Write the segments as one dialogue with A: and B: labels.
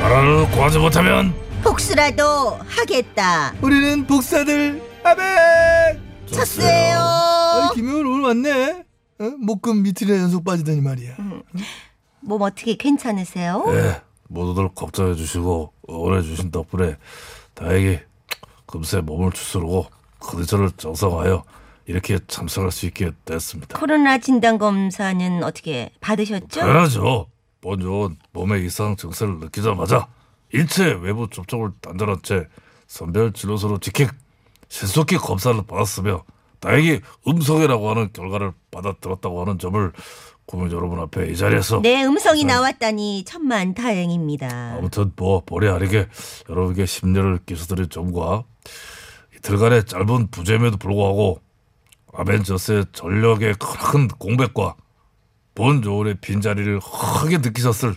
A: 나라를 구하지 못하면
B: 복수라도 하겠다.
C: 우리는 복사들 아베
B: 쳤어요.
C: 아니 김효은 오늘 왔네 어? 목금 미틀이나 연속 빠지더니 말이야
B: 몸 어떻게 괜찮으세요?
A: 예, 모두들 걱정해 주시고 응원해 주신 덕분에 다행히 금세 몸을 추스르고 컨디션을 정상화하여 이렇게 참석할 수 있게 됐습니다.
B: 코로나 진단 검사는 어떻게
A: 네.
B: 받으셨죠?
A: 당연하죠. 본요원 몸의 이상 증세를 느끼자마자 일체 외부 접촉을 단절한 채 선별 진료소로 직행 신속히 검사를 받았으며 다행히 음성이라고 하는 결과를 받아들었다고 하는 점을 국민 여러분 앞에 이 자리에서
B: 네, 음성이 나왔다니 천만 다행입니다.
A: 아무튼 뭐 본의 아니게 여러분께 심려를 끼쳐드린 점과 이틀간의 짧은 부재임에도 불구하고 아벤져스의 전력의 큰 공백과 본 조언의 빈자리를 크게 느끼셨을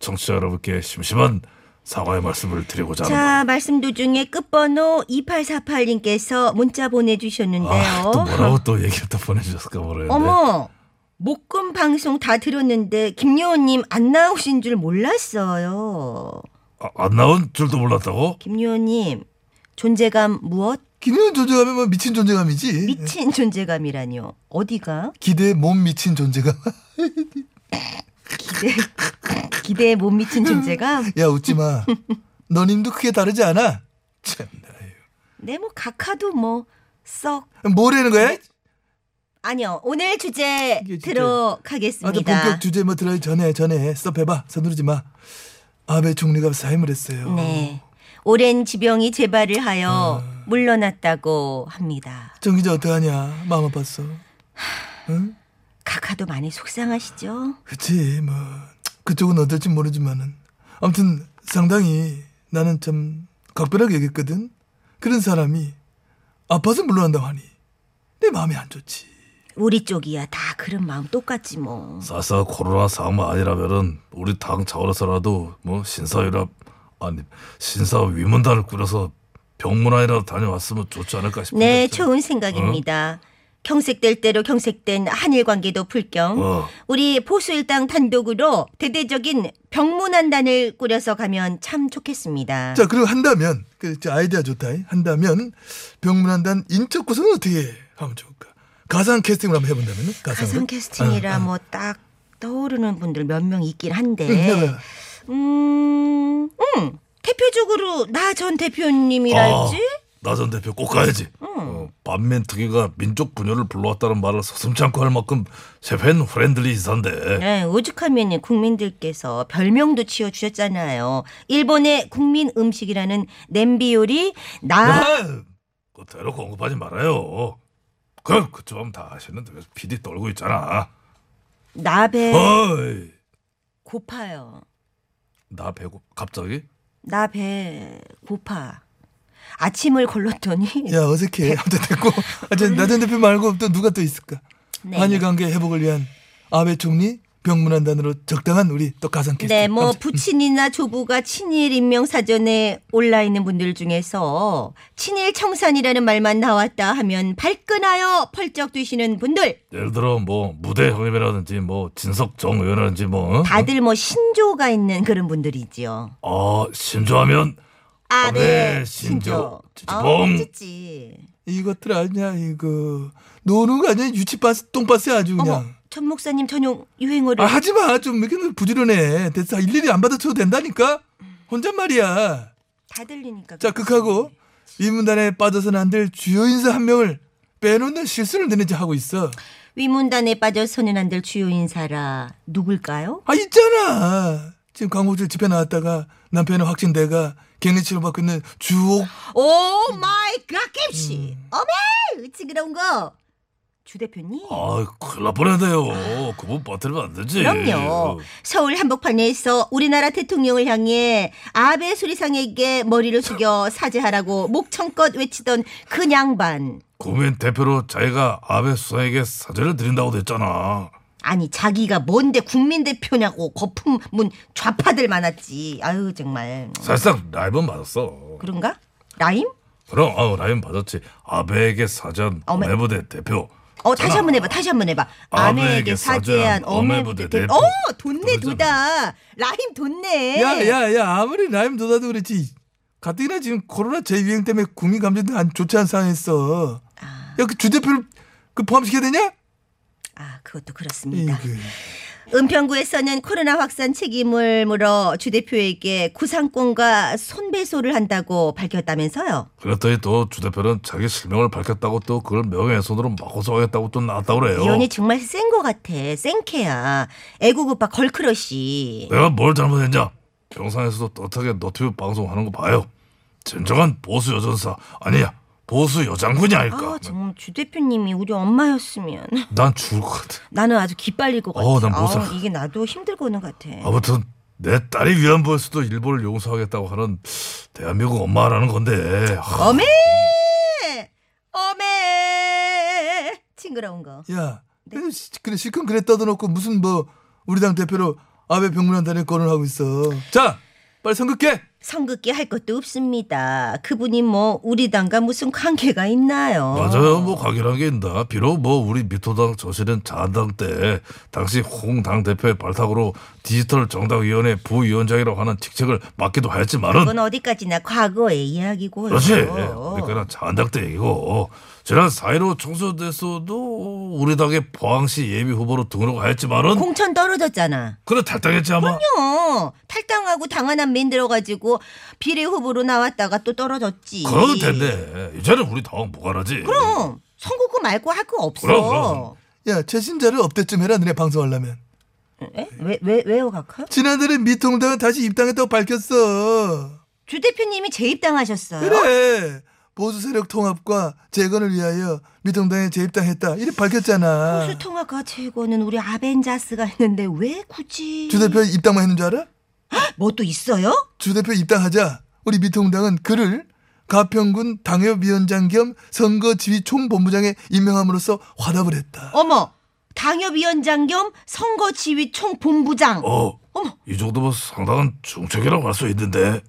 A: 청취자 여러분께 심심한 사과의 말씀을 드리고자 합니다.
B: 자, 말씀 도중에 끝번호 2848님께서 문자
A: 아, 또
B: 보내주셨는데요.
A: 뭐라고 또 얘기를 또 보내주셨을까 모르겠는데
B: 어머, 목금 방송 다 들었는데 김요원님 안 나오신 줄 몰랐어요.
A: 아, 안 나온 줄도 몰랐다고?
B: 김요원님 존재감 무엇?
C: 김효은 존재감이 뭐 미친 존재감이지
A: 네.
B: 미친 존재감이라뇨. 어디가?
C: 기대에 못 미친 존재감
B: 기대 기대에 못 미친 존재감.
C: 야 웃지마 너님도 크게 다르지 않아 참나
B: 네, 뭐 각하도 뭐 썩
C: 뭐라는 거야
B: 아니요. 오늘 주제
C: 이게 진짜- 아주
B: 들어가겠습니다.
C: 본격 주제 뭐 들어가기 전에 전에 섭해봐 서두르지 마 아베 총리가 사임을 했어요
B: 네. 오랜 지병이 재발을 하여
C: 아.
B: 물러났다고 합니다.
C: 정 기자 어떡하냐 마음 아팠어
B: 각하도 많이 속상하시죠?
C: 그치 뭐 그쪽은 어떨지 모르지만은 아무튼 상당히 나는 참 각별하게 여겼거든 그런 사람이 아파서 물러난다고 하니 내 마음이 안 좋지
B: 우리 쪽이야 다 그런 마음 똑같지 뭐.
A: 사사 코로나 상황만 아니라면은 우리 당 차원에서라도 뭐 신사위랍 아니 신사 위문단을 꾸려서 병문안이라도 다녀왔으면 좋지 않을까 싶은데
B: 네,
A: 좀-
B: 좋은 생각입니다.
C: 어?
B: 경색될 대로 경색된 한일 관계도 풀 겸
A: 어.
B: 우리 보수일당 단독으로 대대적인 병문안단을 꾸려서 가면 참 좋겠습니다.
C: 자 그리고 한다면 그저 아이디어 좋다 이. 한다면 병문안단 인적 구성은 어떻게 하면 좋을까 가상 캐스팅을 한번 해본다면
B: 가상 캐스팅이라 뭐 딱 떠오르는 분들 몇 명 있긴 한데 음, 음 대표적으로 나 전 대표님이랄지
A: 아, 나전 대표 꼭 가야지. 어, 반면 특위가 민족 분열을 불러왔다는 말을 서슴지 않고 할 만큼 셰펜 프렌들리 인사인데
B: 네, 오죽하면 국민들께서 별명도 지어주셨잖아요. 일본의 국민 음식이라는 냄비 요리 나
A: 아, 그거 대놓고 언급하지 말아요. 그럼 그쪽 하면 다 아시는데 왜 PD 떨고 있잖아.
B: 나베
A: 어이,
B: 고파요.
A: 나 배고 갑자기?
B: 나 배 고파. 아침을 걸렀더니
C: 야 어색해 아무튼 됐고 나전 대표 말고 또 누가 또 있을까
B: 네.
C: 한일 관계 회복을 위한 아베 총리 병문안단으로 적당한 우리 또 가상 캐스팅
B: 네, 뭐
C: 아무튼
B: 부친이나 조부가 친일 임명 사전에 올라 있는 분들 중에서 친일 청산이라는 말만 나왔다 하면 발끈하여 펄쩍 뛰시는 분들
A: 예를 들어 뭐 무대 형님이라든지 뭐 진석 정 의원이라든지 뭐 어?
B: 다들 뭐 신조가 있는 그런 분들이지요.
A: 아, 신조하면
B: 아,
A: 네,
B: 네, 신조.
A: 신조. 찌찌뽕.
B: 어, 찌찌.
C: 이것들 아냐 이거 노는 거 아니야 유치바스 똥바스 아주 그냥
B: 어머, 천 목사님 전용 유행어를
C: 아 하지마 좀 이렇게 너 부지런해 됐어 일일이 안 받아쳐도 된다니까 혼잣말이야
B: 다 들리니까.
C: 자 극하고 위문단에 빠져서는 안 될 주요 인사 한 명을 빼놓는 실수를 너네 지금 하고 있어
B: 위문단에 빠져서는 안 될 주요 인사라 누굴까요?
C: 아 있잖아 지금 광고주 집회 나왔다가 남편은 확진돼가 갱리 치료받고 있는 주옥
A: 음.
B: 오 마이 갓 김씨 어메 지그러운 거 주 대표님.
A: 아, 큰일 날 뻔했네요. 그분 버티면 안 되지.
B: 그럼요.
A: 어,
B: 서울 한복판에서 우리나라 대통령을 향해 아베 수리상에게 머리를 숙여 사죄하라고 목청껏 외치던 그 양반.
A: 국민 대표로 자기가 아베 수상에게 사죄를 드린다고도 했잖아.
B: 아니 자기가 뭔데 국민 대표냐고 거품문 좌파들 많았지. 아유 정말
A: 사실상 라임은 맞았어.
B: 그런가? 라임?
A: 그럼 아, 라임 맞았지. 아베에게 사죄한
B: 어메.
A: 어메부대 대표.
B: 어 다시 한번 해봐. 다시 한번 해봐.
A: 아내에게
B: 아내에게 사죄한
A: 사죄한
B: 어메부대
A: 어메부대
B: 대표.
A: 대표.
B: 어 돈네
A: 그거잖아.
B: 도다. 라임 돈네.
C: 야, 야, 야, 아무리 라임 돋아도 그렇지. 가뜩이나 지금 코로나 재유행 때문에 국민 감정도 안 좋지 않은 상황에서. 야, 그 주대표를 그 포함시켜야 되냐?
B: 아 그것도 그렇습니다.
A: 예,
C: 이그.
B: 은평구에서는 코로나 확산 책임을 물어 주 대표에게 구상권과 손배소를 한다고 밝혔다면서요.
A: 그랬더니 또 주 대표는 자기 실명을 밝혔다고 또 그걸 명예훼손으로 막 고소하겠다고 또 나왔다고 그래요.
B: 이언이 정말 센 거 같아. 센케야. 애국 오빠 걸크러쉬.
A: 내가 뭘 잘못했냐? 병상에서도 떳하게 너튜브 방송하는 거 봐요. 진정한 보수 여전사 아니야 보수 여장군이 아닐까.
B: 아 정말 주 대표님이 우리 엄마였으면
A: 난 죽을 것 같아.
B: 나는 아주 기빨릴 것 같아.
A: 어우, 난못 어.
B: 아우,
A: 살아.
B: 이게 나도 힘들고는 같아.
A: 아무튼 내 딸이 위안부에서도 일본을 용서하겠다고 하는 대한민국 엄마라는 건데. 하,
B: 어메 어메 징그러운 거.
C: 야,
B: 네.
C: 그래, 시- 그래, 실컷 그래 떠들어놓고 무슨 뭐, 우리 당 대표로 아베 병문안단에 거론하고 있어. 자, 빨리 선긋게!
B: 성급기 할 것도 없습니다. 그분이 뭐 우리 당과 무슨 관계가 있나요?
A: 맞아요, 뭐 관계란 게 있다. 비록 뭐 우리 미토당 저실은 자한당 때 당시 홍 당 대표의 발탁으로 디지털 정당위원회 부위원장이라고 하는 직책을 맡기도 하였지만은
B: 그건 어디까지나 과거의 이야기고요.
A: 그렇지. 그러니까 자한당 때 얘기고 지난 4.15 총선에서도 우리 당의 포항시 예비 후보로 등록하였지만은
B: 공천 떨어졌잖아.
A: 그래 탈당했지 아마.
B: 어, 탈당하고 당 하나 만들어가지고 비례 후보로 나왔다가 또 떨어졌지.
A: 그럴 텐데 이제는 우리 당 무관하지.
B: 그럼 선거구 말고 할 거 없어.
A: 그럼, 그럼.
C: 야, 최신자를 업데이트 좀 해라, 너네 방송하려면.
B: 에? 왜, 왜, 왜요, 각하?
C: 지난달에 미통당은 다시 입당했다고 밝혔어.
B: 주 대표님이 재입당하셨어요.
C: 그래! 보수 세력 통합과 재건을 위하여 미통당에 재입당했다. 이래 밝혔잖아.
B: 보수 통합과 최고는 우리 아벤자스가 있는데 왜 굳이?
C: 주 대표 입당만 했는 줄 알아?
B: 뭐 또 있어요?
C: 주 대표 입당하자 우리 미통당은 그를 가평군 당협위원장 겸 선거지휘 총본부장에 임명함으로써 화답을 했다.
B: 어머, 당협위원장 겸 선거지휘총 본부장.
A: 어.
B: 어머.
A: 이 정도면 상당한 중책이라고 할 수 있는데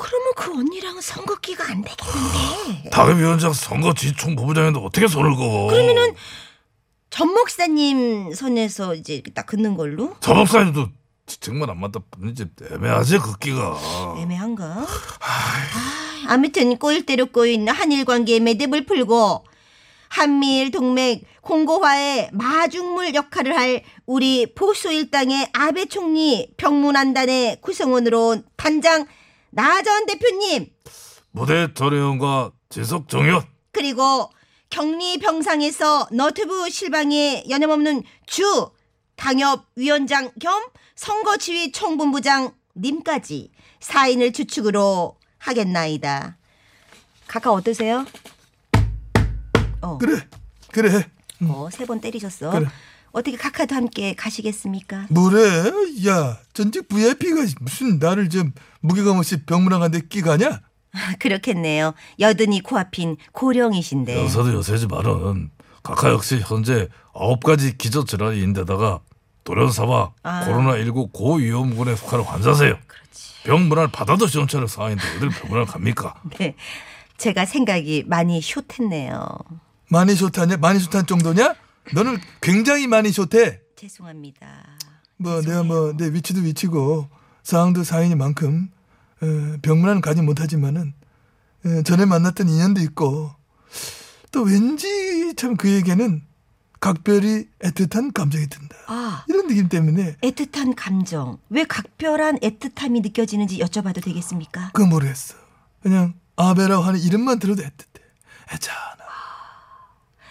B: 그러면 그 언니랑은 선거기가 안 되겠는데.
A: 당협위원장 선거 지총 부부장인데 어떻게 손을 거? 그러면은
B: 전 목사님 손에서 이제 이렇게 딱 긋는 걸로?
A: 저 박사님도 직책만 안 맞다 보는지 애매하지 그 끼가.
B: 애매한가? 아, 아무튼 꼬일대로 꼬인 한일 관계의 매듭을 풀고 한미일 동맹 공고화의 마중물 역할을 할 우리 보수 일당의 아베 총리 병문안단의 구성원으로 온 단장 나전 대표님
A: 무대 전의원과 지석 정의원
B: 그리고 격리 병상에서 너튜브 실방에 연염없는 주 당협 위원장 겸 선거지휘 총본부장 님까지 사인을 주축으로 하겠나이다. 각하 어떠세요? 어,
C: 그래, 그래.
B: 어, 세 번 때리셨어.
C: 음. 그래.
B: 어떻게 각하도 함께 가시겠습니까?
C: 뭐래? 야, 전직 VIP가 무슨 나를 좀 무게감 없이 병문안 간데 끼가냐?
B: 그렇겠네요. 여든이 코앞인 고령이신데.
A: 연사도 연세지만은 각하 역시 현재 아홉 가지 기저 질환인데다가 돌연사와
B: 아.
A: 코로나 19 고위험군에 속하는 환자세요. 병문안 받아도 시원찮은 상황인데 어딜 병문안 갑니까?
B: 네. 제가 생각이 많이 숏했네요.
C: 많이 좋다냐? 많이 좋다는 정도냐? 너는 굉장히 많이 좋대.
B: 죄송합니다.
C: 뭐 내가 뭐 내 위치도 위치고 상황도 상황이니만큼 에, 병문안은 가지 못하지만은 에, 전에 만났던 인연도 있고 또 왠지 참 그에게는 각별히 애틋한 감정이 든다
B: 아,
C: 이런 느낌 때문에
B: 애틋한 감정. 왜 각별한 애틋함이 느껴지는지 여쭤봐도 되겠습니까?
C: 그건 모르겠어 그냥 아베라고 하는 이름만 들어도 애틋해 애잖아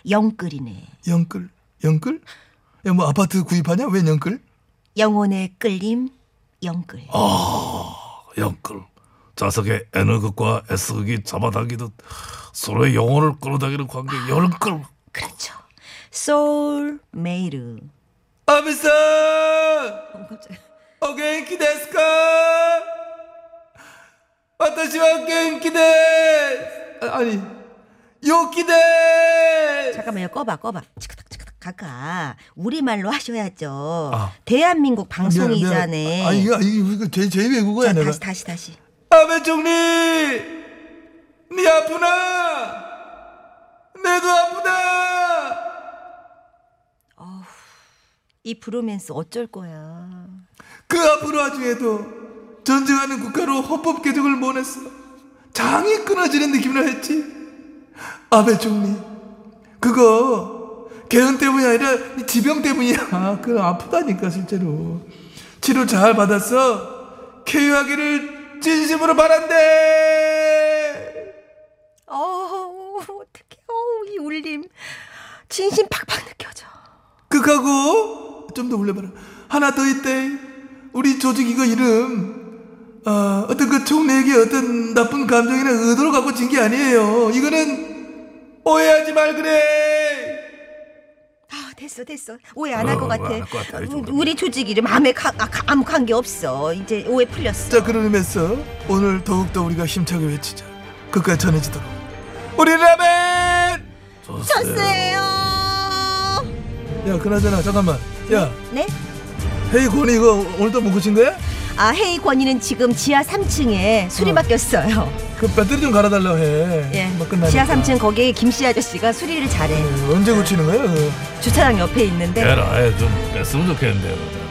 B: 영끌이네.
C: 영끌 영끌 야뭐 아파트 구입하냐 왜 영끌
B: 영혼의 끌림, 영끌.
C: 어.
A: 영끌 자석의 N극과 S극이 잡아당기듯 서로의 영혼을 끌어당기는 관계 영끌
B: 그렇죠. 소울 메이르.
C: 아비사 오겐키 데스까? 와타시와 겐키 데스. 아, 아니 요키 데스.
B: 잠깐만요. 꺼봐, 꺼봐. 치크닥 치크닥 가까. 우리 말로 하셔야죠.
A: 아.
B: 대한민국
C: 미안,
B: 방송이잖아요.
C: 미안. 아 이거 이거 이거 제, 제
B: 자,
C: 외국어야 내가.
B: 다시 다시 다시.
C: 아베 총리, 네 아프나? 내도 아프다.
B: 이 브로맨스 어쩔 거야.
C: 그 앞으로 와중에도 전쟁하는 국가로 헌법 개정을 못했어. 장이 끊어지는 느낌이라 했지. 아베 총리, 그거 개헌 때문이 아니라 이 지병 때문이야. 그 아프다니까 실제로. 치료 잘 받았어. 쾌유하기를 진심으로 바란대.
B: 어우, 어떡해. 어우, 이 울림. 진심 팍팍 느껴져.
C: 극하고 좀 더 올려봐라 하나 더 있대 우리 조직 이거 이름 어, 어떤 그 총리에게 어떤 나쁜 감정이나 의도를 갖고 진 게 아니에요 이거는 오해하지 말 그래
B: 아, 됐어, 됐어. 오해 안 할 것
A: 어,
B: 같아.
A: 오해 안할것 같아, 이 정도면.
B: 우리 조직 이름 암에 가, 아, 가- 아무 관계 없어. 이제 오해 풀렸어.
C: 자 그런 의미에서 오늘 더욱더 우리가 힘차게 외치자 끝까지 전해지도록 우리 라멘
B: 쳤어요.
C: 야 그나저나 잠깐만 야
B: 네?
C: 헤이 권이 이거 오늘도 못 고친 거야?
B: 아, 헤이 권위는 지금 지하 3층에 술이
C: 어.
B: 맡겼어요.
C: 그 배터리 좀 갈아달라고 해
B: 예.
C: 막 끝나니까. 네.
B: 지하 3층 거기에 김씨 아저씨가 수리를 잘해.
C: 어, 언제 고치는 거야? 그거?
A: 네.
B: 주차장 옆에 있는데
A: 걔를 아예 좀 뺐으면 좋겠는데요.